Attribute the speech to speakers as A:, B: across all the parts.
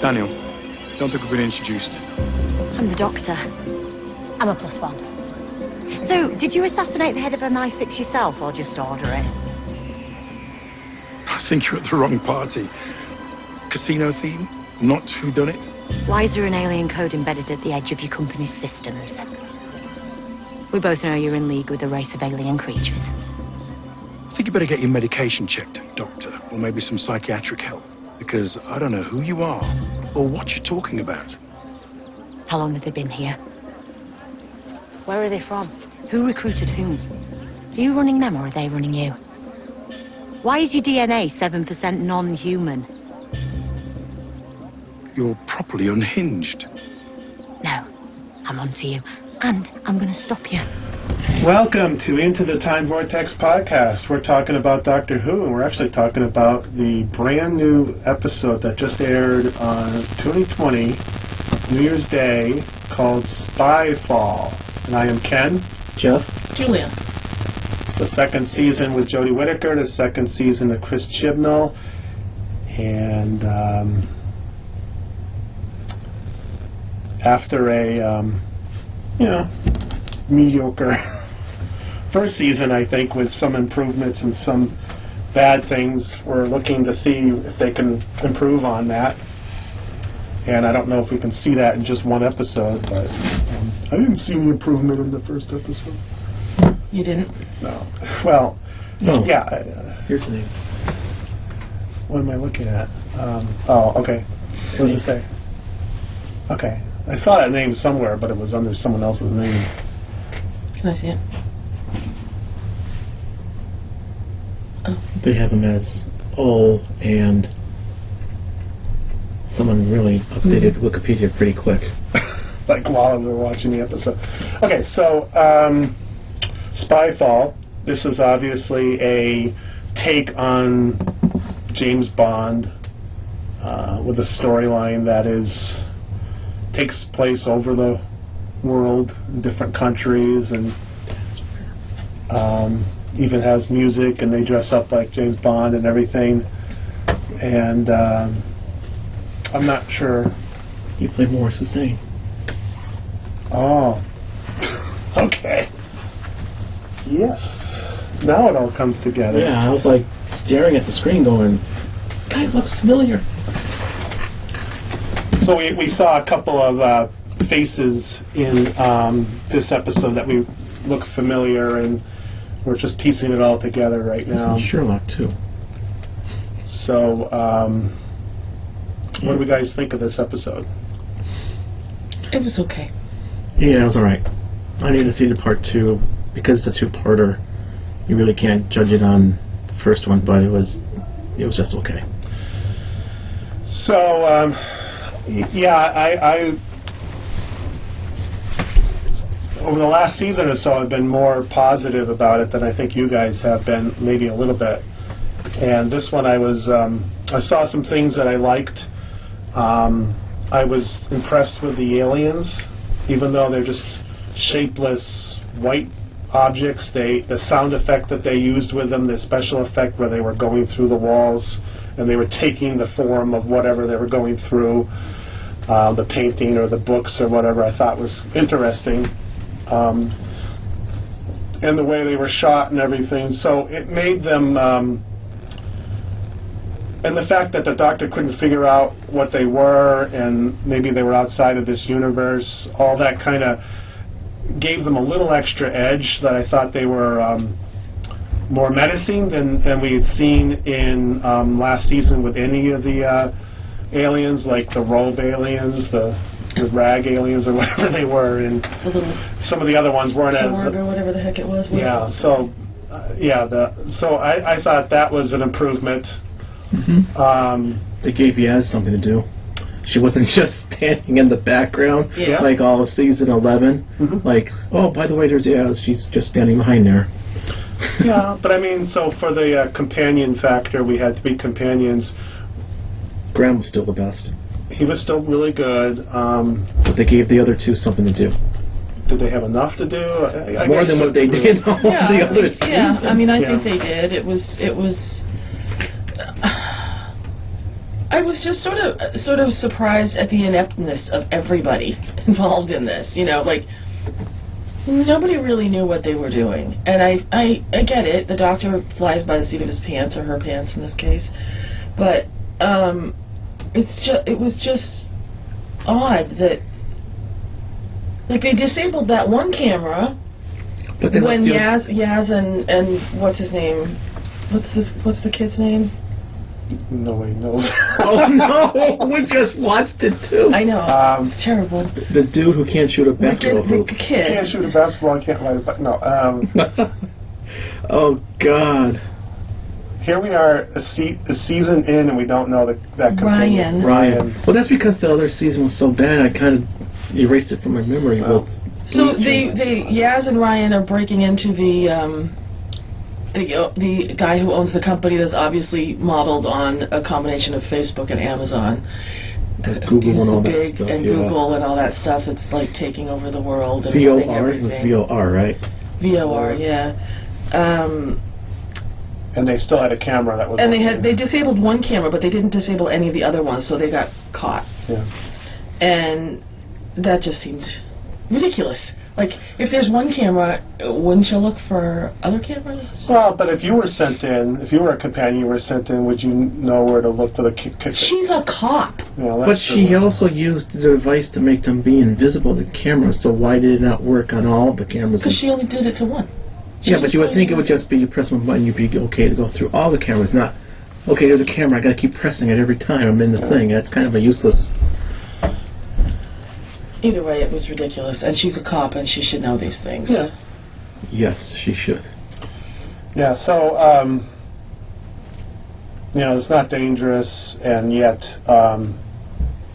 A: Daniel, don't think we've been introduced.
B: I'm the doctor. I'm a plus one. So, did you assassinate the head of MI6 yourself or just order it?
A: I think you're at the wrong party. Casino theme, not who done it.
B: Why is there an alien code embedded at the edge of your company's systems? We both know you're in league with a race of alien creatures.
A: I think you better get your medication checked, doctor, or maybe some psychiatric help, because I don't know who you are or what you're talking about.
B: How long have they been here? Where are they from? Who recruited whom? Are you running them or are they running you? Why is your DNA 7% non human?
A: You're properly unhinged.
B: No, I'm onto you. And I'm going to stop you.
C: Welcome to Into the Time Vortex podcast. We're talking about Doctor Who, and we're actually talking about the brand new episode that just aired on 2020, New Year's Day, called Spyfall. And I am Ken.
D: Jeff?
E: Julia.
C: It's the second season with Jodie Whittaker, the second season of Chris Chibnall, and um, after a um, you know mediocre first season, I think with some improvements and some bad things, we're looking to see if they can improve on that. And I don't know if we can see that in just one episode, but um, I didn't see any improvement in the first episode.
E: You didn't.
C: No. Well,
D: No.
C: yeah. uh,
D: Oh, Here's the name.
C: What am I looking at? Um, oh, okay. What does it say? Okay. I saw that name somewhere, but it was under someone else's name.
E: Can I see it?
D: They have him as O and someone really updated Wikipedia pretty quick.
C: like while we were watching the episode. Okay, so um, Spyfall. This is obviously a take on James Bond uh, with a storyline that is takes place over the world, in different countries, and um, even has music, and they dress up like James Bond and everything. And um, I'm not sure
D: You play Morris Hussein.
C: Oh. okay. Yes. Now it all comes together.
D: Yeah, I was like staring at the screen going, guy looks familiar.
C: So we, we saw a couple of uh, faces in um, this episode that we look familiar, and we're just piecing it all together right
D: It's in
C: now.
D: Sherlock, too.
C: So, um, what do we guys think of this episode?
E: It was okay.
D: Yeah, it was alright. I need to see the part two because it's a two parter. You really can't judge it on the first one, but it was it was just okay.
C: So, um, y- yeah, I, I over the last season or so, I've been more positive about it than I think you guys have been, maybe a little bit. And this one, I was, um, I saw some things that I liked. Um, I was impressed with the aliens, even though they're just shapeless white objects. They the sound effect that they used with them, the special effect where they were going through the walls and they were taking the form of whatever they were going through, uh, the painting or the books or whatever. I thought was interesting. Um, and the way they were shot and everything, so it made them um, and the fact that the doctor couldn't figure out what they were and maybe they were outside of this universe, all that kind of gave them a little extra edge that I thought they were um, more menacing than, than we had seen in um, last season with any of the uh, aliens, like the robe aliens, the, the rag aliens, or whatever they were. And
E: The little
C: some of the other ones weren't as.
E: org or whatever the heck it was.
C: Yeah. So, uh, yeah. The, so I, I thought that was an improvement. Um,
D: They gave Yaz something to do. She wasn't just standing in the background
E: Yeah.
D: like all of season 11.
C: Mm-hmm.
D: Like, oh, by the way, there's Yaz. She's just standing behind there.
C: Yeah, but I mean, so for the uh, companion factor, we had three companions.
D: Graham was still the best.
C: He was still really good. Um,
D: But they gave the other two something to do.
C: did they have enough to do? I, I
D: More
C: guess
D: than what they
C: so-
D: did all
E: Yeah,
D: the
E: I
D: other
E: think- yeah,
D: season.
E: I mean, I
C: Yeah.
E: think they did. It was. It was. I I was just sort of sort of surprised at the ineptness of everybody involved in this. You know, like nobody really knew what they were doing. And I, I, I get it. The doctor flies by the seat of his pants or her pants in this case, but um, it's just it was just odd that like they disabled that one camera
F: But they
E: when
F: left the
E: Yaz Yaz and and what's his name. What's this? What's the kid's name?
C: Nobody knows.
F: Oh no! We just watched it too.
E: I know
C: Um,
E: it's terrible.
D: The dude who can't shoot a
E: The
D: basketball
E: kid, the
D: hoop.
E: kid.
C: can't shoot a basketball. Can't ride a bike. No. Um,
D: Oh god,
C: here we are, a, se- a season in, and we don't know the, that.
E: Ryan.
C: companion.
D: Ryan. Well, that's because the other season was so bad. I kind of erased it from my memory. With
E: So they, they Yaz and Ryan are breaking into the um, the uh, the guy who owns the company that's obviously modeled on a combination of Facebook and Amazon.
D: Google
E: He's
D: and
E: the
D: all that
E: big
D: stuff.
E: and
D: yeah.
E: Google and all that stuff that's like taking over the world and running
D: VOR it was
E: everything.
D: VOR, right?
E: VOR, yeah. Um,
C: And they still had a camera that was.
E: and they had they disabled one camera, but they didn't disable any of the other ones, so they got caught.
C: Yeah.
E: and that just seemed ridiculous. Like, if there's one camera, wouldn't you look for other cameras?
C: Well, but if you were sent in, if you were a companion, you were sent in. Would you know where to look for the kick? kick
E: She's a cop.
C: you know,
D: But
C: that's
D: she
C: the-
D: also used the device to make them be invisible to cameras. So why did it not work on all the cameras?
E: Because she only did it to one.
D: yeah, but you would think it would just be you press one button, you'd be okay to go through all the cameras. Not okay. There's a camera. I got to keep pressing it every time I'm in the thing. That's kind of a useless.
E: Either way, it was ridiculous. And she's a cop, and she should know these things.
C: Yeah.
D: Yes, she should.
C: Yeah. So, um, you know, it's not dangerous, and yet, um,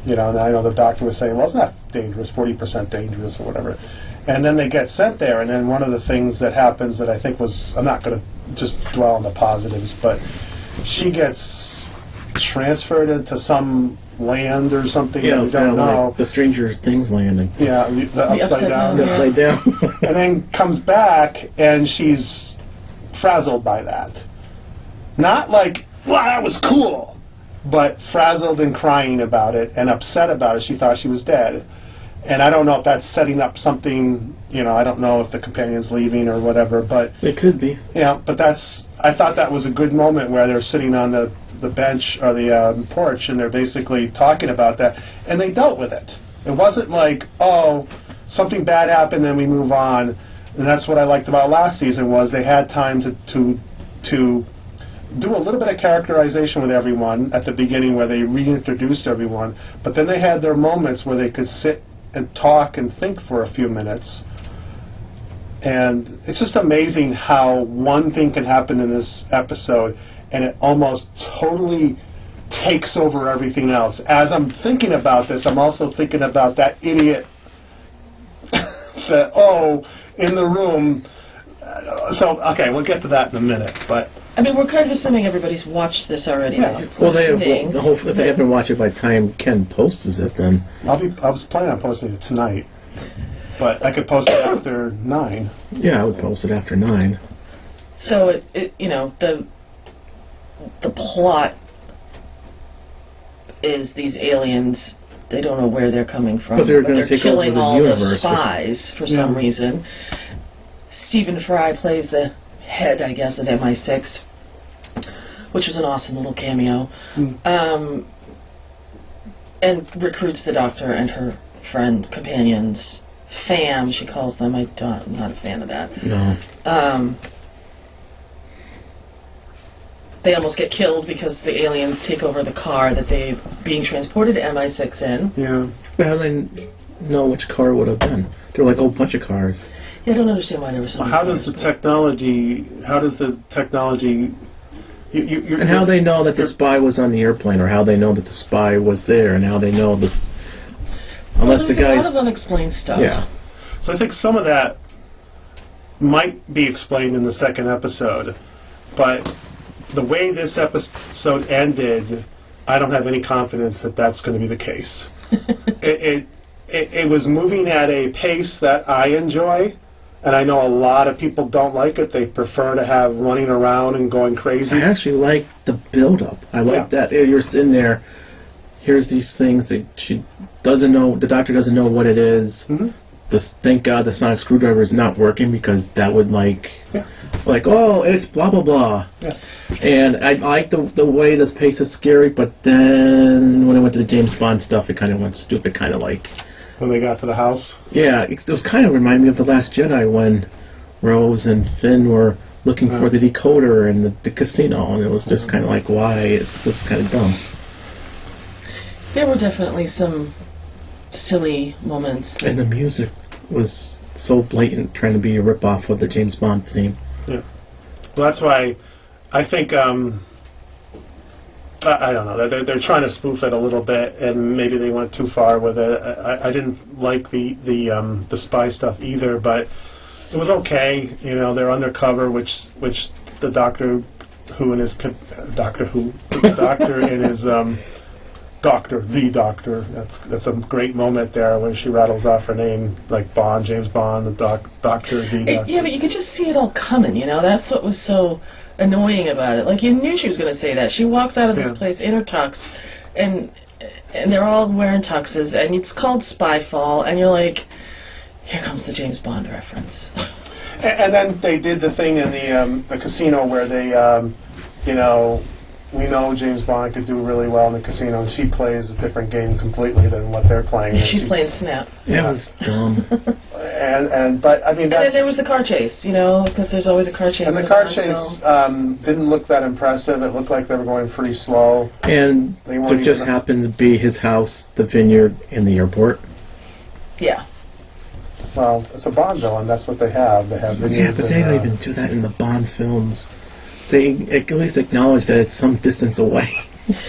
C: you know, and I know the doctor was saying, well, it's not dangerous, forty percent dangerous or whatever. And then they get sent there, and then one of the things that happens that I think was I'm not going to just dwell on the positives, but she gets transferred into some land or something
D: Yeah,
C: that
D: it's
C: we
D: kind
C: don't
D: of
C: know.
D: like the Stranger Things landing.
C: Yeah, the, the upside,
E: upside
C: down.
E: down.
D: Upside down.
C: And then comes back and she's frazzled by that. Not like, wow, that was cool, but frazzled and crying about it and upset about it. She thought she was dead. And I don't know if that's setting up something, you know, I don't know if the companion's leaving or whatever, but
D: it could be.
C: yeah, but that's. I thought that was a good moment where they're sitting on the, the bench or the um, porch and they're basically talking about that, and they dealt with it. It wasn't like, oh, something bad happened, then we move on. And that's what I liked about last season was they had time to to to do a little bit of characterization with everyone at the beginning where they reintroduced everyone, but then they had their moments where they could sit and talk and think for a few minutes and it's just amazing how one thing can happen in this episode and it almost totally takes over everything else as i'm thinking about this i'm also thinking about that idiot that oh in the room Uh, so okay we'll get to that in a minute but
E: I mean, we're kind of assuming everybody's watched this already.
C: Yeah.
E: It's
D: Well, they,
E: listening.
D: well, hopefully, if they haven't watched it by the time Ken posts it, then
C: i'll be i was planning on posting it tonight but i could post it after nine
D: yeah, I would post it after nine.
E: So it, it, you know, the the plot is these aliens. They don't know where they're coming from,
D: But they're gonna
E: they're
D: take over
E: killing
D: the
E: all
D: universe
E: the
D: for-
E: spies for some
C: Yeah.
E: reason. Stephen Fry plays the head, I guess, of MI6, which was an awesome little cameo,
D: Hmm.
E: um, and recruits the doctor and her friend companions. Fam, she calls them. I don't, I'm not a fan of that
D: No,
E: um, they almost get killed because the aliens take over the car that they're being transported to MI6 in.
C: yeah
D: well, then know which car it would have been. They're like a whole bunch of cars.
E: Yeah, I don't understand why there was so. many
C: how does the
E: cars.
C: technology how does the technology you, you, you're-
D: And how they know that the spy was on the airplane, or how they know that the spy was there, and how they know this.
E: Well,
D: Unless
E: there's
D: the
E: a lot of
D: guys.
E: unexplained stuff.
D: Yeah.
C: So I think some of that might be explained in the second episode, but the way this episode ended, I don't have any confidence that that's going to be the case. it, it, it it was moving at a pace that I enjoy, and I know a lot of people don't like it. They prefer to have running around and going
D: I
C: crazy.
D: actually like the build up. I like
C: Yeah.
D: that. eh, You're sitting there here's these things that she doesn't know. The doctor doesn't know what it is.
C: Mm-hmm.
D: This, thank God the sonic screwdriver is not working because that would like,
C: Yeah.
D: like oh it's blah blah blah.
C: Yeah.
D: And I like the the way this pace is scary, but then when I went to the James Bond stuff, it kind of went stupid. Kind of like
C: When they got to the house,
D: yeah, it was kind of remind me of the Last Jedi when Rose and Finn were looking for the decoder in the, the casino, and it was just kind of like, why is this kind of dumb?
E: There were definitely some silly moments.
D: And the music was so blatant, trying to be a ripoff of the James Bond theme.
C: Well, that's why I think um, I, I don't know. They're, they're trying to spoof it a little bit, and maybe they went too far with it. I, I- I didn't like the the um, the spy stuff either, but it was okay. You know, they're undercover, which which the doctor who and his co- doctor who the doctor and his um, doctor the doctor. That's that's a great moment there when she rattles off her name like Bond, James Bond, the doc, doctor, the
E: It-
C: doctor.
E: yeah, but you could just see it all coming, you know? That's what was so annoying about it. Like, you knew she was going to say that. She walks out of this
C: Yeah.
E: place in her tux, and, and they're all wearing tuxes, and it's called Spyfall, and you're like, here comes the James Bond reference.
C: And and then they did the thing in the um, the casino where they, um, you know, we know James Bond could do really well in the casino, and she plays a different game completely than what they're playing. And
E: She's playing Snap.
D: It was dumb.
C: and and but I mean
E: And then
C: that's.
E: there was the car chase, you know, because there's always a car chase.
C: And
E: in
C: the car
E: Bond film.
C: chase um, didn't look that impressive. It looked like they were going pretty slow.
D: and
C: They
D: there
C: weren't
D: just
C: even-
D: happened to be his house, the vineyard, and the airport.
E: Yeah.
C: Well, it's a Bond villain. That's what they have. They have
D: Yeah,
C: videos
D: but they
C: and,
D: don't
C: uh,
D: even do that in the Bond films. They at least acknowledge that it's some distance away.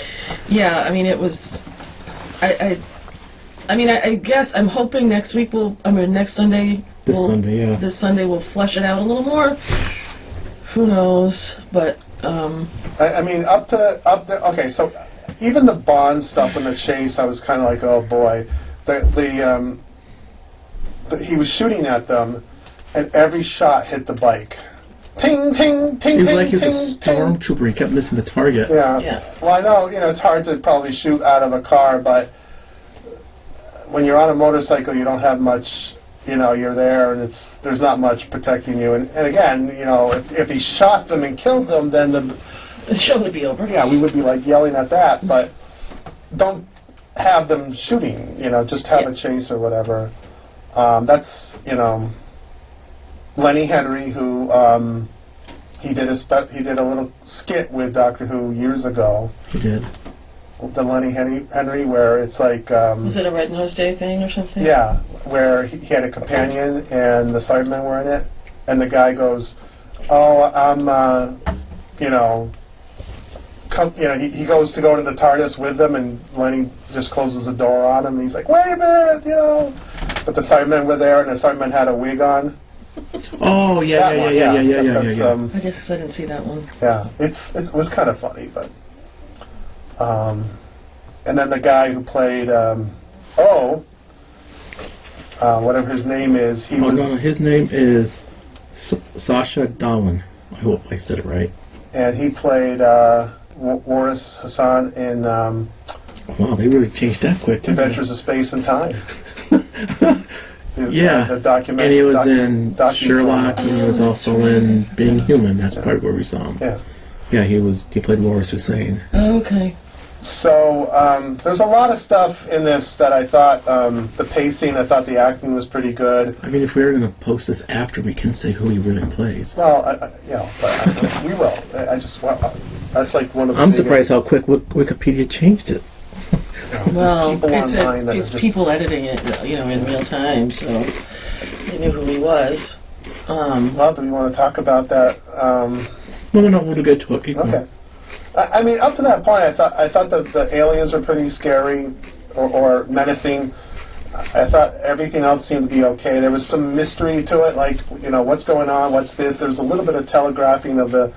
E: Yeah, I mean, it was. I. I, I mean, I, I guess I'm hoping next week we'll. I mean, next Sunday.
D: This
E: we'll-
D: Sunday, yeah.
E: This Sunday we'll flesh it out a little more. Who knows? But um,
C: I, I mean, up to up to okay. So even the Bond stuff and the chase, I was kind of like, oh boy, the the, um, the he was shooting at them, and every shot hit the bike. Ting ting ting.
D: He was
C: ting,
D: like he was a
C: ting, ting.
D: stormtrooper. He kept missing the target.
C: Yeah.
E: Yeah.
C: Well, I know you know it's hard to probably shoot out of a car, but when you're on a motorcycle, you don't have much. You know, you're there, and it's there's not much protecting you. And, and again, you know, if, if he shot them and killed them, then the
E: the show would be over.
C: yeah, we would be like yelling at that, but don't have them shooting, you know, just have
E: Yeah.
C: a chase or whatever. Um, that's, you know, Lenny Henry, who um, he did a spe- he did a little skit with Doctor Who years ago,
D: He did.
C: the Lenny Henry, Henry where it's like, um,
E: Was it a Red Nose Day thing or something?
C: yeah, where he, he had a companion and the Cybermen were in it, and the guy goes, "Oh, I'm, uh, you know, come, you know." He, he goes to go to the TARDIS with them, and Lenny just closes the door on him, and he's like, "Wait a minute," you know. But the Cybermen were there, and the Cybermen had a wig on.
D: Oh yeah,
C: That
D: yeah,
C: one,
D: yeah, yeah, yeah, yeah, yeah,
C: That's-
D: yeah,
C: that's,
D: yeah.
C: um,
E: I guess I didn't see that one.
C: yeah, it's it was kind of funny, but um, and then the guy who played um, oh, uh, whatever his name is, he
D: Oh,
C: was
D: no, his name is S- Sasha Darwin. I hope I said it right.
C: and he played uh, Wa- Waris Hassan in um,
D: Wow, they really changed that quick. didn't they?
C: Adventures of Space and Time. The-
D: Yeah,
C: the, document.
D: And he was
C: doc-
D: in
C: document-
D: Sherlock, and he was also in Being Human. That's probably where we saw him.
C: Yeah.
D: Yeah, he was. He played Waris Hussein.
E: Oh, Okay.
C: So um, there's a lot of stuff in this that I thought um, the pacing, I thought the acting was pretty good.
D: I mean, if we were going to post this after, we can say who he really plays.
C: Well, I, I, you know, but I- we will. I I just wow, that's like one of. The
D: I'm
C: biggest-
D: surprised how quick Wik- Wikipedia changed it.
E: Well,
C: people
E: it's, a,
C: online that are
E: it's
C: just-
E: people editing it, you know, in real time, so they knew who he was. Um,
C: Well, do we want to talk about that? Um,
D: No, no, no. We'll get to it. Keep going.
C: Okay. I, I mean, up to that point, I thought I thought that the aliens were pretty scary or, or menacing. I I thought everything else seemed to be okay. There was some mystery to it, like you know what's going on, what's this. There was a little bit of telegraphing of the.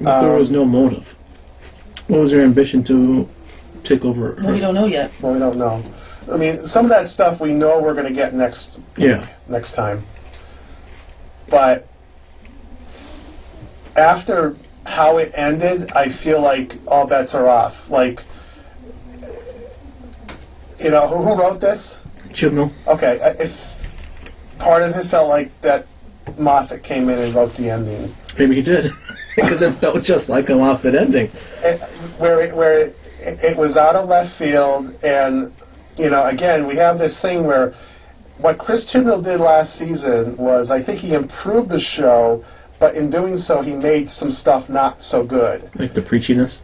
D: But
C: um,
D: there was no motive. What was their ambition to take over?
E: well, we don't know yet.
C: Well, we don't know. I mean, some of that stuff we know we're going to get next
D: Yeah.
C: next time. But after how it ended, I feel like all bets are off. Like you know, who, who wrote this?
D: Chibnall.
C: Okay, I- if part of it felt like that Moffat came in and wrote the ending,
D: Maybe he did.
F: because it felt just like a Moffat ending.
C: it, where it, where it, it was out of left field, and you know, again, we have this thing where what Chris Chibnall did last season was, I think, he improved the show, but in doing so, he made some stuff not so good.
D: Like the preachiness.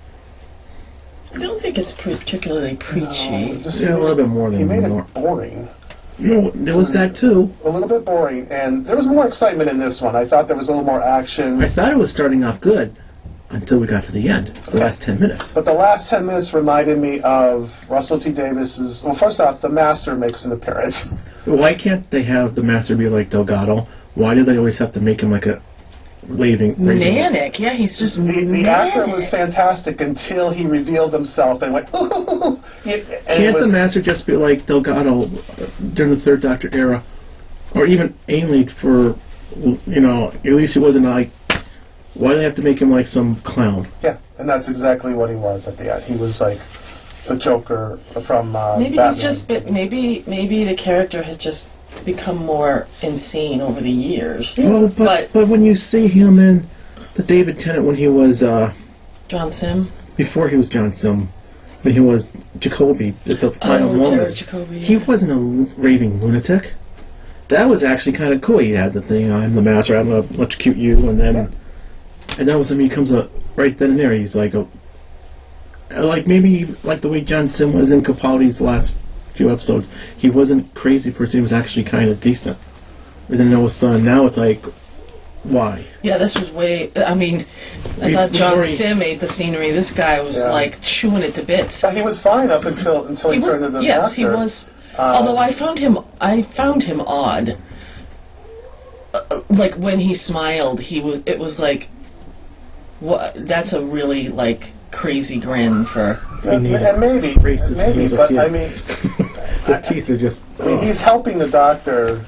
E: I don't think it's particularly preachy.
C: Just
D: Yeah, a little bit more
C: He
D: than
C: made
D: normal.
C: it boring.
D: No,
F: There was that too.
C: a little bit boring, and there was more excitement in this one. I thought there was a little more
D: I
C: action,
D: thought it was starting off good until we got to the end, the last ten minutes.
C: but the last ten minutes reminded me of Russell T Davis's. Well, first off, the Master makes an appearance.
D: Why can't they have the master be like Delgado? Why do they always have to make him like a raving? raving?
E: Manic, yeah, he's just
C: The,
E: manic.
C: the actor was fantastic until he revealed himself and went. Ooh, and it
D: Can't
C: was,
D: the master just be like Delgado uh, during the Third Doctor era, or even Ainley for, you know, at least he wasn't like. Why do they have to make him like some clown?
C: Yeah, and that's exactly what he was at the end. He was like the Joker from uh,
E: Maybe
C: Batman.
E: he's just bit, maybe maybe the character has just become more insane over the years.
D: Oh,
E: But-
D: but but when you see him in the David Tennant when he was uh,
E: John Sim,
D: before he was John Sim, when he was Jacoby at the final
E: Oh, Jared
D: moments,
E: Jacobi,
D: he
E: yeah.
D: wasn't a l- raving lunatic. That was actually kind of cool. He had the thing, "I'm the master. I'm gonna electrocute you," and then, and that was when he comes up right then and there. He's like a, like maybe like the way John Sim was in Capaldi's last few episodes. He wasn't crazy first. He was actually kind of decent. And then all of a sudden, now it's like, why?
E: yeah, this was way. I mean, I
D: We-
E: thought
D: we
E: John
D: already-
E: Sim ate the scenery. This guy was
C: Yeah.
E: like chewing it to bits.
C: But he was fine up until until he,
E: He was,
C: turned into the
E: yes, he
C: Master.
E: was.
C: Um,
E: Although I found him, I found him odd. Uh, like when he smiled, he was. It was like, what? That's a really like crazy grin for.
C: and, and maybe,
D: Racism
C: maybe,
D: was a
C: but
D: kid.
C: I mean,
D: The teeth are just.
C: I mean, he's helping the doctor.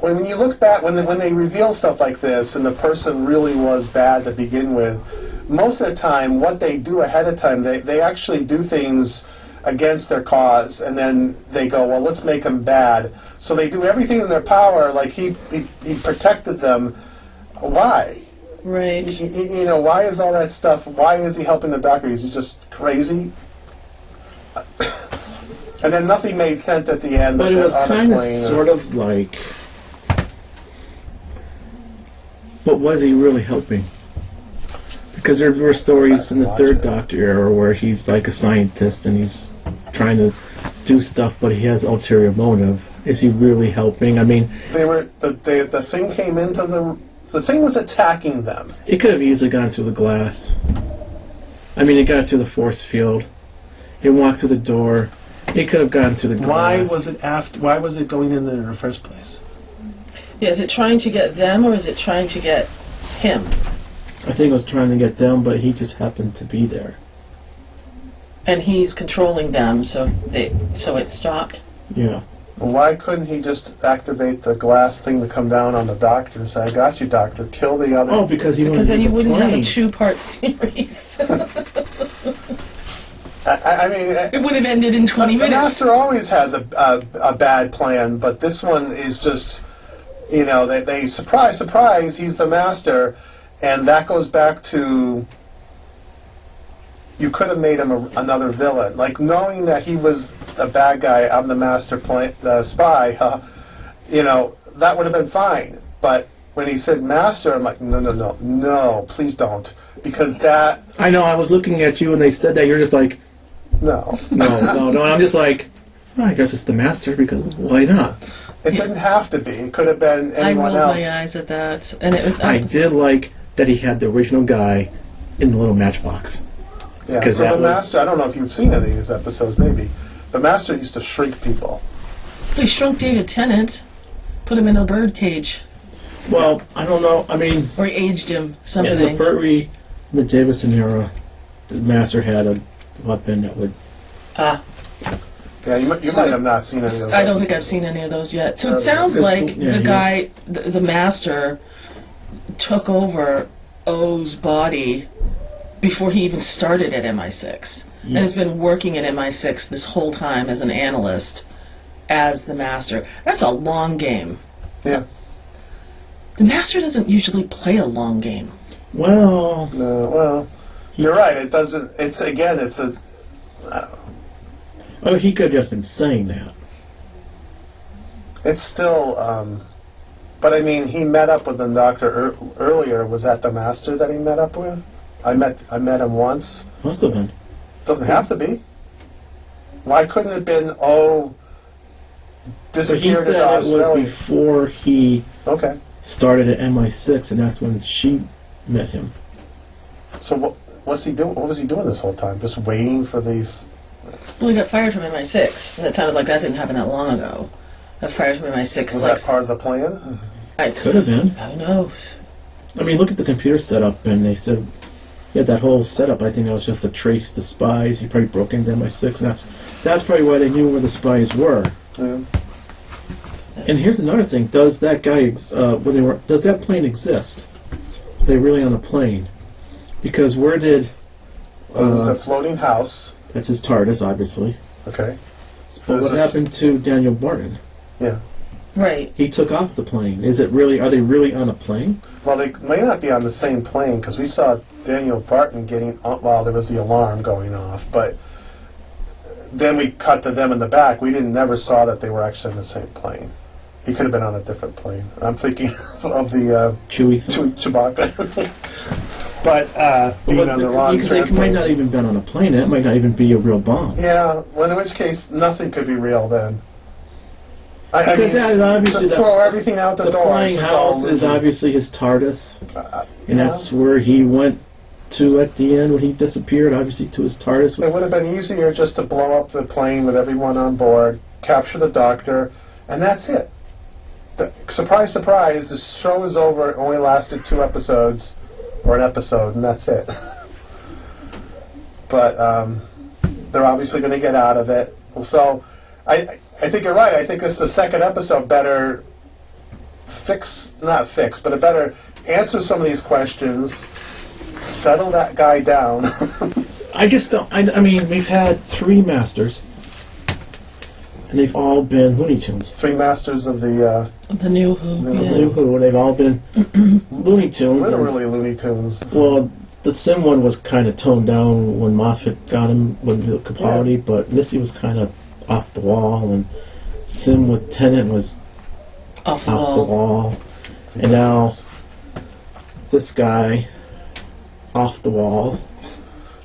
C: When you look back, when they, when they reveal stuff like this, and the person really was bad to begin with, most of the time, what they do ahead of time, they, they actually do things against their cause, and then they go, well, let's make them bad. So they do everything in their power, like he, he, he protected them. Why?
E: Right.
C: You, you know, why is all that stuff? Why is he helping the doctor? Is he just crazy? and then nothing made sense at the end.
D: But it
C: they're
D: was
C: on a
D: kind of
C: plane
G: uh,
C: or-
D: sort of like. But was he really helping? Because there were stories in the
C: Watch
D: Third
C: it.
D: Doctor era where he's like a scientist and he's trying to do stuff, but he has ulterior motive. Is he really helping? I mean,
C: They were the, they, the thing came into the the thing was attacking them.
D: it could have easily gone through the glass. I mean, it got through the force field. It walked through the door. It could have gone through the glass.
G: Why was it after? Why was it going in there in the first place?
E: Yeah, is it trying to get them or is it trying to get him?
D: I think it was trying to get down, but he just happened to be there.
E: And he's controlling them, so they so it stopped.
D: Yeah.
C: Why couldn't he just activate the glass thing to come down on the doctor and say, "I got you, doctor. Kill the other."
D: Oh, because he
E: Because then
D: wanted
E: you
D: to
E: wouldn't have a
D: complain.
E: two-part series.
C: I, I- I mean. I,
E: it would have ended in 20
C: the
E: minutes.
C: master always has a, a, a bad plan, but this one is just, you know, they, they surprise, surprise, he's the master, and that goes back to you could have made him a, another villain. Like, knowing that he was a bad guy, I'm the master plan, the spy, you know, that would have been fine. But when he said master, I'm like, no, no, no, no, please don't. Because that,
D: I know. I was looking at you, and they said that you're just like,
C: no.
D: no, no, no. And I'm just like, well, I guess it's the master because why not?
C: It didn't have to be. It could have been
E: I
C: anyone
E: rolled
C: else.
E: my eyes at that, and it was.
D: I did like that he had the original guy in the little matchbox.
C: Yeah,
D: 'Cause
C: so
D: that
C: the
D: was-
C: master, I don't know if you've seen any of these episodes, maybe. The master used to shrink people.
E: He shrunk David Tennant, put him in a bird cage,
D: Well, I don't know. I mean,
E: or he aged him.
D: in the
E: Something.
D: Pertwee, in the Davison era, the master had a weapon that would.
E: Ah,
C: Yeah, you, mi- you
E: So
C: might have not seen any of those. Uh,
E: I don't think I've seen any of those yet. So it sounds
D: It's-
E: like
D: yeah,
E: the
D: yeah.
E: guy, the, the master, took over O's body before he even started at MI6. and has been working at MI6 this whole time as an analyst, as the master. That's a long game.
C: Yeah.
E: The master doesn't usually play a long game.
D: Well,
C: No, well, you're right. It doesn't. It's again. It's a.
D: oh, he could have just been saying that.
C: It's still. Um, but I mean, he met up with the doctor ear earlier. Was that the master that he met up with? I met. I met him once.
D: Must have been.
C: Doesn't have to be. Why couldn't it have been? Oh,
D: But he
C: disappeared
D: said
C: in
D: it was
C: Australia.
D: before he
C: okay.
D: started at MI6, and that's when she met him.
C: So what? What's he doing? What was he doing this whole time? Just waiting for these.
E: Well, he got fired from MI6. That sounded like that didn't happen that long ago. Got fired from MI6.
C: Was
E: like
C: that part of the plan?
E: I
D: Could have been.
E: Who knows?
D: I mean, look at the computer setup, and they said, yeah, that whole setup. I think that was just to trace the spies. He probably broke into MI6, and that's that's probably why they knew where the spies were.
C: Yeah.
D: And here's another thing: Does that guy, ex- uh, when they were, does that plane exist? Are they really on a plane? Because where did
C: It was
D: Uh,
C: the floating house.
D: that's his TARDIS, obviously.
C: Okay.
D: But
C: This
D: what
C: is-
D: happened to Daniel Barton?
C: Yeah.
E: Right.
D: He took off the plane. Is it really? Are they really on a plane?
C: Well, they may not be on the same plane because we saw Daniel Barton getting on while there was the alarm going off, but then we cut to them in the back. We didn't never saw that they were actually in the same plane. He could have been on a different plane. I'm thinking of the uh,
D: Chewie.
C: Chew- Chewbacca, but uh, being on the wrong
D: because they might
C: transport-
D: not even been on a plane. That might not even be a real bomb.
C: Yeah, well, in which case nothing could be real then. I, I
D: Because
C: mean,
D: that is obviously
C: just
D: the-
C: throw everything out the,
D: The
C: door.
D: flying
C: It's just all
D: house is
C: moving.
D: obviously his TARDIS,
C: Uh,
D: and
C: yeah.
D: that's where he went to at the end when he disappeared. Obviously to his TARDIS.
C: It would have been easier just to blow up the plane with everyone on board, capture the doctor, and that's it. The, surprise, surprise, the show is over. It only lasted two episodes, or an episode, and that's it. but um, they're obviously going to get out of it. So I, I think you're right. I think this is the second episode better fix, not fix, but a better answer some of these questions, settle that guy down.
D: I just don't. I, I mean, we've had three masters, and they've all been Looney Tunes.
C: Three masters of the. Uh,
E: The new who.
C: The
E: yeah.
D: Who- who- They've all been Looney Tunes.
C: literally Looney Tunes.
D: Well, the Sim one was kind of toned down when Moffat got him when the Capaldi, but Missy was kind of off the wall, and Sim with Tennant was
E: Off the
D: off the
E: wall.
D: wall, and now this guy off the wall.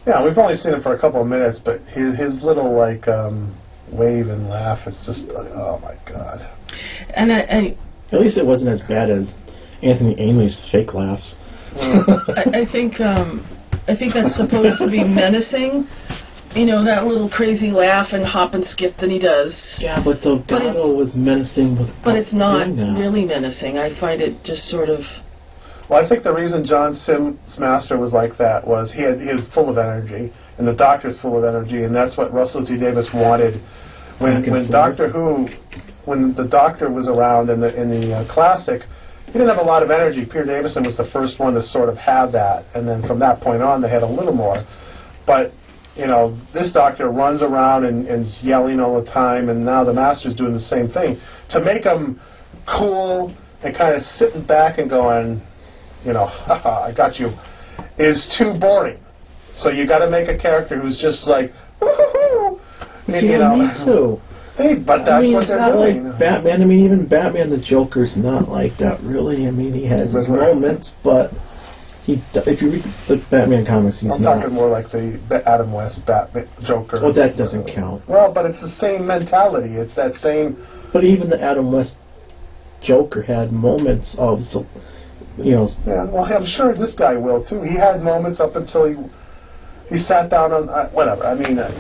C: Yeah, we've only seen it for a couple of minutes, but his, his little like um, wave and laugh is just like, oh my god.
E: And I, I,
D: At least it wasn't as bad as Anthony Ainley's fake laughs.
E: I, I think um, I think that's supposed to be menacing. You know that little crazy laugh and hop and skip that he does.
D: Yeah, but Delgado
E: it's-
D: was menacing with.
E: But it's not
D: doing that.
E: really menacing. I find it just sort of
C: Well, I think the reason John Sim's master was like that was he had he was full of energy, and the Doctor's full of energy, and that's what Russell T Davis wanted. When
D: Back and
C: when
D: forth.
C: Doctor Who, when the Doctor was around in the in the uh, classic, he didn't have a lot of energy. Peter Davison was the first one to sort of have that, and then from that point on, they had a little more. But you know, this Doctor runs around and, and is yelling all the time, and now the Master's doing the same thing to make him cool and kind of sitting back and going, you know, haha, I got you, is too boring. So you got to make a character who's just like, woo-hoo-hoo, you,
D: Yeah,
C: you know.
D: me too.
C: Hey, but
D: I
C: that's
D: mean,
C: what
D: it's
C: they're
D: not
C: doing.
D: like Batman. I mean, even Batman the Joker's not like that, really. I mean, he has
C: That's
D: his
C: right.
D: moments, but he. d- If you read the Batman comics, he's
C: I'm
D: not.
C: talking more like the, the Adam West Batman Joker.
D: Well, that doesn't count.
C: Well, but it's the same mentality. It's that same.
D: But even the Adam West Joker had moments of, so- you know,
C: Yeah, well, I'm sure this guy will too. He had moments up until he he sat down on uh, whatever. I mean, uh,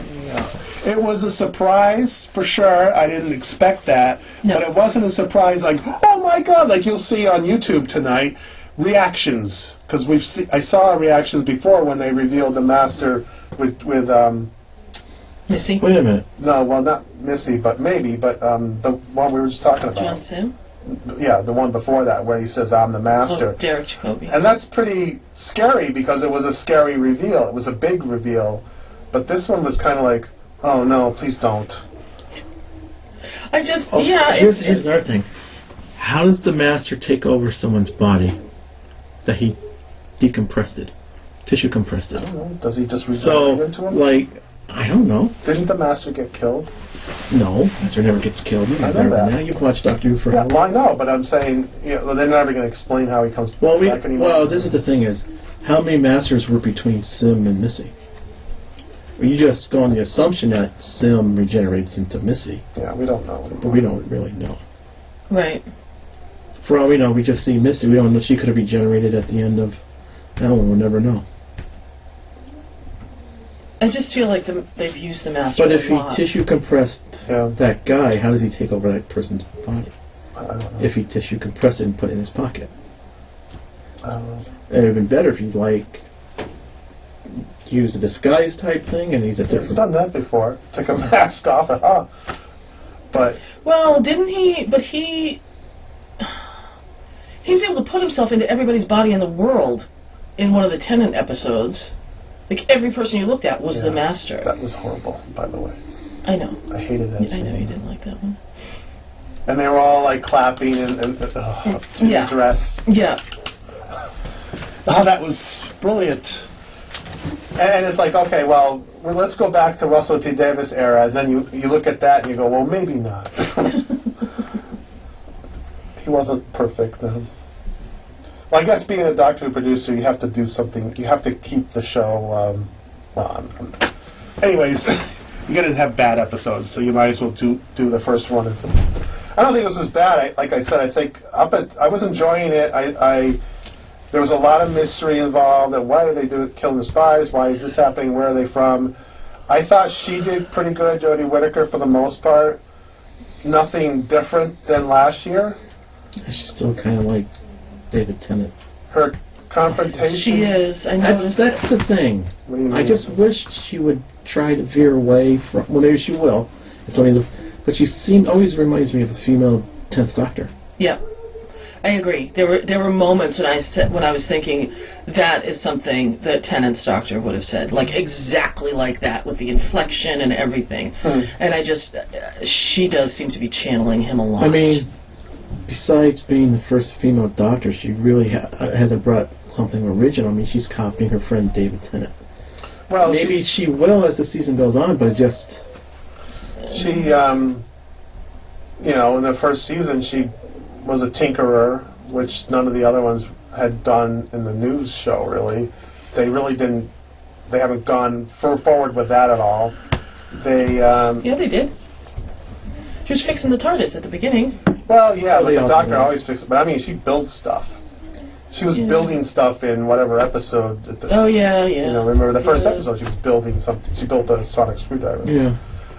C: it was a surprise for sure. I didn't expect that,
E: No.
C: but it wasn't a surprise like oh my god, like you'll see on YouTube tonight reactions because we've se- I saw reactions before when they revealed the master with with um
E: missing.
D: wait a minute.
C: no well not Missy but maybe but um the one we were just talking about
E: John Sim.
C: yeah the one before that where he says I'm the master
E: Oh, Derek
D: Uh,
E: Jacobi.
C: and that's pretty scary because it was a scary reveal. It was a big reveal But this one was kind of like, oh no, please don't.
E: I just,
D: Oh,
E: yeah,
D: here's,
E: it's,
D: here's
E: it's
D: another thing. How does the master take over someone's body that he decompressed it, tissue compressed it?
C: Does he just
D: So,
C: resign it into him?
D: like, I don't know.
C: Didn't the master get killed?
D: No, master never gets killed. You
C: I know
D: never-
C: that.
D: Now you've watched Doctor Who for
C: Yeah,
D: how
C: well,
D: long?
C: I know, but I'm saying you know, they're never going to explain how he comes
D: Well, we,
C: back anymore.
D: well, this is the thing is, how many masters were between Sim and Missy? Well, you just go on the assumption that Sim regenerates into Missy,
C: yeah, we don't know. Anymore.
D: but we don't really know.
E: right.
D: For all we know, we just see Missy. We don't know she could have regenerated at the end of that one. We'll never know.
E: I just feel like the, they've used the master
D: But
E: a
D: if he
E: lot.
D: tissue compressed
C: Yeah,
D: that guy, how does he take over that person's body?
C: I don't know.
D: If he tissue compressed it and put it in his pocket,
C: I don't know.
D: it would have been better if he like used a disguise type thing, and he's a
C: He's
D: different.
C: done that before. Took a mask off. And, oh. But
E: well, didn't he? But he. He was able to put himself into everybody's body in the world in one of the Tenant episodes. Like, every person you looked at was the
C: Yeah.
E: master.
C: that was horrible, by the way.
E: I know.
C: I hated that
E: I know you
C: scene.
E: didn't like that one.
C: And they were all like clapping and, and, and oh,
E: Yeah.
C: dress.
E: Yeah.
C: Oh, that was brilliant. And it's like, okay, well, well, let's go back to Russell T. Davis era, and then you, you look at that and you go, well, maybe not. he wasn't perfect then. Well, I guess being a Doctor Who producer, you have to do something. You have to keep the show. Um, well, I'm, I'm- anyways, you're gonna have bad episodes, so you might as well do do the first one. As I don't think this was bad. I, like I said, I think up at I was enjoying it. I. I there was a lot of mystery involved. And why are they doing killing the spies? Why is this happening? Where are they from? I thought she did pretty good, Jodie Whittaker, for the most part. Nothing different than last year.
D: She's still kind of like David Tennant.
C: Her confrontation.
E: She uh, is. I
D: That's
E: noticed.
D: that's the thing.
C: What do you
D: I
C: mean?
D: just wish she would try to veer away from. Well, maybe she will. It's only the, but she seemed always reminds me of a female tenth Doctor.
E: Yeah, I agree. There were there were moments when I said when I was thinking that is something that Tennant's doctor would have said, like exactly like that with the inflection and everything. And I just uh, she does seem to be channeling him a lot.
D: I mean, besides being the first female doctor, she really ha- uh, hasn't brought something original. I mean, she's copying her friend David Tennant.
C: well,
D: Maybe she, will as the season goes on, but it just
C: she, she um, you know, in the first season, she was a tinkerer, which none of the other ones had done in the news show. Really, they really didn't. They haven't gone for, forward with that at all. They um,
E: yeah, they did. She was fixing the TARDIS at the beginning.
C: Well, yeah, but
D: they
C: the
D: all
C: doctor
D: do.
C: always fixes. But I mean, she builds stuff. She was
E: Yeah.
C: building stuff in whatever episode. At the,
E: Oh yeah, yeah.
C: You know, remember the first
E: Yeah.
C: episode? She was building something. She built a sonic screwdriver. Yeah,
D: yeah.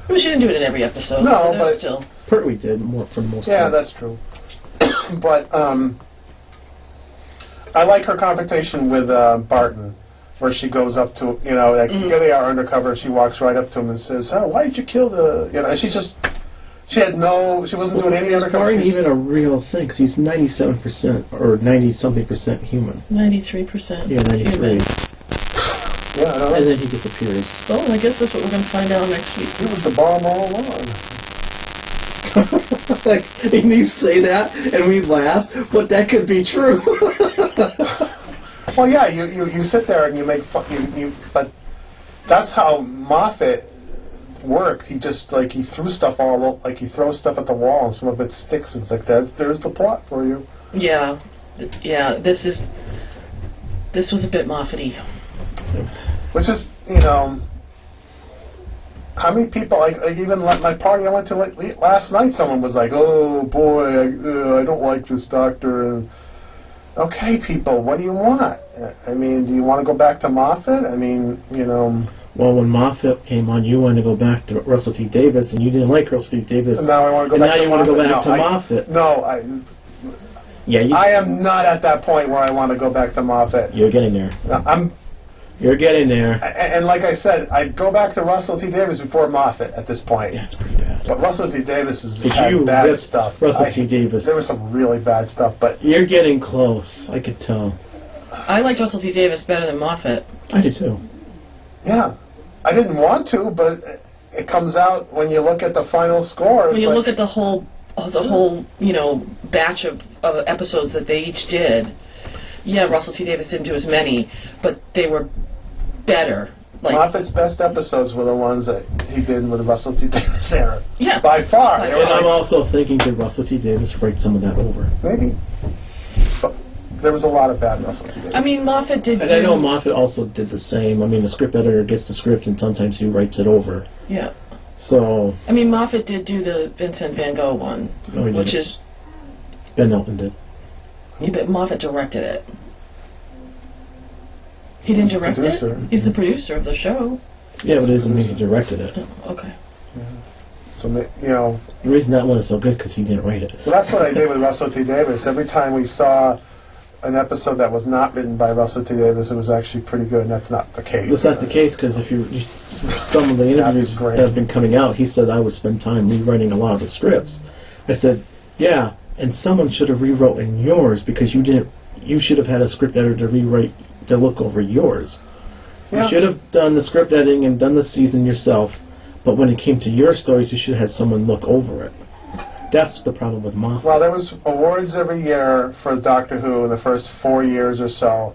E: Well, she didn't do it in every episode.
C: No,
E: but, there's
C: but-
E: still
D: Pertwee did more for the most. part.
C: that's true. but um, I like her confrontation with uh, Barton, where she goes up to you know, like here they are undercover. She walks right up to him and says, "Oh, why did you kill the?" You know, and she's just. She had no. She wasn't doing any
D: Is
C: other.
D: Barney even a real thing? 'Cause he's ninety-seven percent or ninety-something percent human.
E: ninety three percent.
D: Yeah, ninety-three,
C: Yeah, I don't know.
D: and then he disappears.
E: Well, I guess that's what we're going to find out next week.
C: It was the bomb all along.
H: like, and you say that, and we laugh, but that could be true.
C: Well, yeah, you, you, you sit there and you make fun. You, you, but that's how Moffat worked. He just like he threw stuff all o- like he throws stuff at the wall and some of it sticks and it's like that. There's the plot for you.
E: Yeah, Th- yeah. This is this was a bit Moffat-y.
C: Which is you know, how many people like, like even like my party I went to like, le- last night. Someone was like, "Oh boy, I, uh, I don't like this doctor." And, okay, people, what do you want? I mean, do you want to go back to Moffat? I mean, you know,
D: Well, when Moffat came on, you wanted to go back to Russell T. Davis, and you didn't like Russell T. Davis.
C: now I want to go
D: and
C: back.
D: now
C: to
D: you want to go back
C: Moffat.
D: to
C: No, I-
D: Moffat.
C: No, I,
D: Yeah, you,
C: I uh, am not at that point where I want to go back to Moffat.
D: you're getting there.
C: No, I'm,
D: You're getting there.
C: a- and like I said, I'd go back to Russell T Davis before Moffat at this point.
D: That's pretty bad.
C: But Russell T Davis is
D: Did
C: had
D: you
C: bad
D: rip
C: stuff.
D: Russell
C: I-
D: T. Davis?
C: There was some really bad stuff, but
D: You're getting close. I could tell.
E: I liked Russell T Davis better than Moffat.
D: I do too.
C: yeah, I didn't want to, but it comes out when you look at the final score.
E: When you look at the whole, oh, the whole, you know, batch of, of episodes that they each did, yeah, Russell T. Davis didn't do as many, but they were better. Like,
C: Moffat's best episodes were the ones that he did with Russell T Davis era.
E: Yeah.
C: by far.
E: By
C: They were
E: far.
D: I'm also thinking, did Russell T. Davis write some of that over?
C: like, maybe, but there was a lot of bad Russell T Davis.
E: I mean, Moffat did.
D: And
E: do,
D: I know Moffat also did the same. I mean, the script editor gets the script, and sometimes he writes it over.
E: Yeah,
D: So
E: I mean, Moffat did do the Vincent Van Gogh one,
D: No, Oh, he
E: which
D: didn't.
E: is,
D: Ben Elton did.
E: but Moffat directed it. He didn't
C: He's the
E: direct it.
C: producer.
E: He's the producer of the show.
D: Yeah, but it doesn't mean he directed it.
E: Okay.
C: so ma- you know,
D: The reason that one is so good because he didn't write it.
C: Well, that's what I did with Russell T. Davis. Every time we saw an episode that was not written by Russell T. Davis, it was actually pretty good, and that's not the case.
D: That's not the case because if you, you some of the
C: That'd be
D: interviews
C: great.
D: that have been coming out, he said I would spend time rewriting a lot of the scripts. I said, yeah, and someone should have rewrote in yours because you didn't. You should have had a script editor to rewrite to look over yours.
C: Yeah.
D: You should have done the script editing and done the season yourself. But when it came to your stories, you should have had someone look over it. That's the problem with Moffat.
C: Well, there was awards every year for Doctor Who in the first four years or so,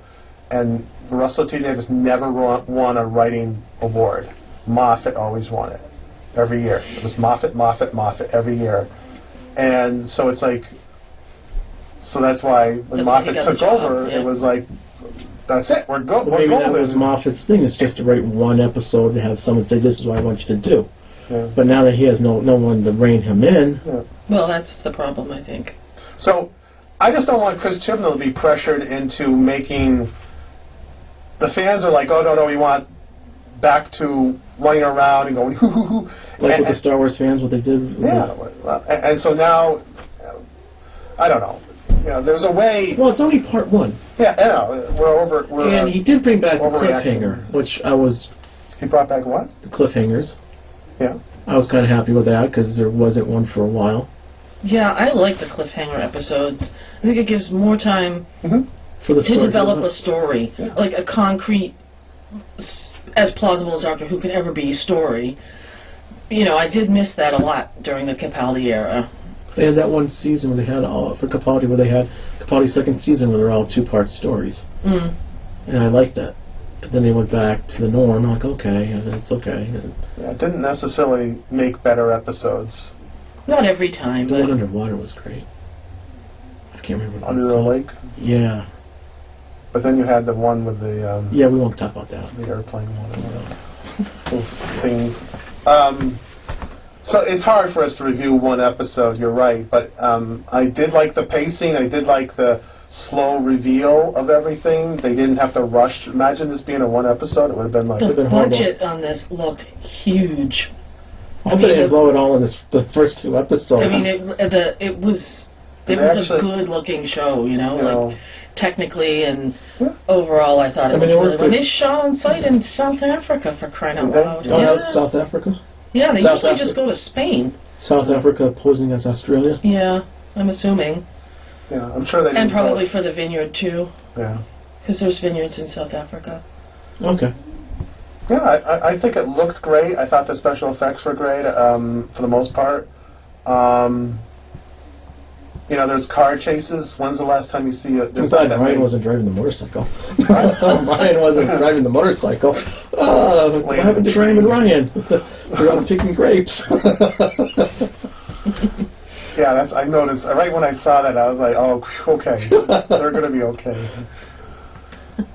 C: and Russell T. Davis never wa- won a writing award. Moffat always won it every year. It was Moffat, Moffat, Moffat every year, and so it's like, so that's why when
E: That's why he
C: Moffat
E: got the
C: took
E: job,
C: over,
E: yeah.
C: it was like, that's it. We're go.
D: Well,
C: we're
D: maybe that
C: golden.
D: was Moffat's thing. It's just to write one episode and have someone say, "This is what I want you to do."
C: Yeah.
D: But now that he has no no one to rein him in,
E: Well, that's the problem, I think.
C: So I just don't want Chris Chibnall to be pressured into making. The fans are like, oh no no, we want back to running around and going hoo hoo hoo.
D: like
C: and,
D: with the Star Wars fans, what they did.
C: yeah, well, and, and so now, I don't know. You know, there's a way.
D: Well, it's only part one,
C: Yeah, I know. We're over.
E: Uh,
C: We're,
D: and he did bring back the
C: Overreaction.
D: cliffhanger, which I was
C: he brought back what?
D: the cliffhangers.
C: Yeah.
D: I was kind of happy with that because there wasn't one for a while.
E: Yeah, I like the cliffhanger episodes. I think it gives more time
D: For the
E: to
D: story
E: develop a story, like a concrete, s- as plausible as Doctor Who can ever be story. You know, I did miss that a lot during the Capaldi era.
D: They had that one season where they had all for Capaldi, where they had Capaldi's second season, where they're all two part stories, mm. and I liked that. But then they went back to the norm. I'm like, okay, and it's okay. And
C: Yeah, it didn't necessarily make better episodes
E: Not every time,
D: The one
E: but
D: underwater was great. I can't remember. what
C: under
D: it's
C: the
D: called.
C: lake,
D: Yeah,
C: but then you had the one with the um,
D: yeah. We won't talk about that.
C: the airplane one or whatever. Those things. Um, so it's hard for us to review one episode, you're right, but um, I did like the pacing, I did like the slow reveal of everything. They didn't have to rush. Imagine this being a one episode, it would have been like,
E: the
D: been horrible.
E: budget on this looked huge. I
D: I hope
E: mean,
D: they didn't
E: the-
D: blow it all in this, the first two episodes.
E: I mean, it the it was
C: They
E: it was
C: actually-
E: a good looking show. You know,
C: you
E: like
C: know,
E: technically and overall, I thought
D: I
E: it was
D: mean, it
E: really
D: worked
E: good. And
D: good.
E: they shot on site in South Africa for crying out
C: Did they?
E: loud.
D: oh, that
E: yeah.
D: was South Africa.
E: Yeah, they
D: South
E: usually
D: Africa.
E: just go to Spain.
D: South Africa posing as Australia.
E: Yeah, I'm assuming,
C: yeah, I'm sure they
E: and
C: didn't
E: probably
C: go-
E: for the vineyard too,
C: yeah.
E: because there's vineyards in South Africa.
D: Okay.
C: Yeah, I, I- I think it looked great. I thought the special effects were great um, for the most part. Um, you know, there's car chases. When's the last time you see it?
D: I'm
C: There's
D: glad
C: not that many.
D: Ryan wasn't driving the motorcycle. Ryan wasn't driving the motorcycle. Uh, what
C: Land
D: happened to
C: of
D: Graham and Ryan? They're out picking grapes.
C: Yeah, that's I noticed right when I saw that I was like, oh, okay, they're gonna be okay.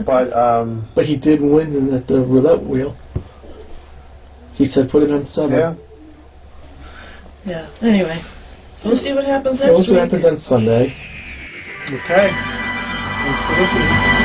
C: But um,
D: but he did win in the, the roulette wheel. He said, "Put it on summer."
C: yeah,
E: Yeah. Anyway, we'll see what happens next
D: Well, this
E: week.
D: happens on Sunday.
C: okay. Thanks for listening.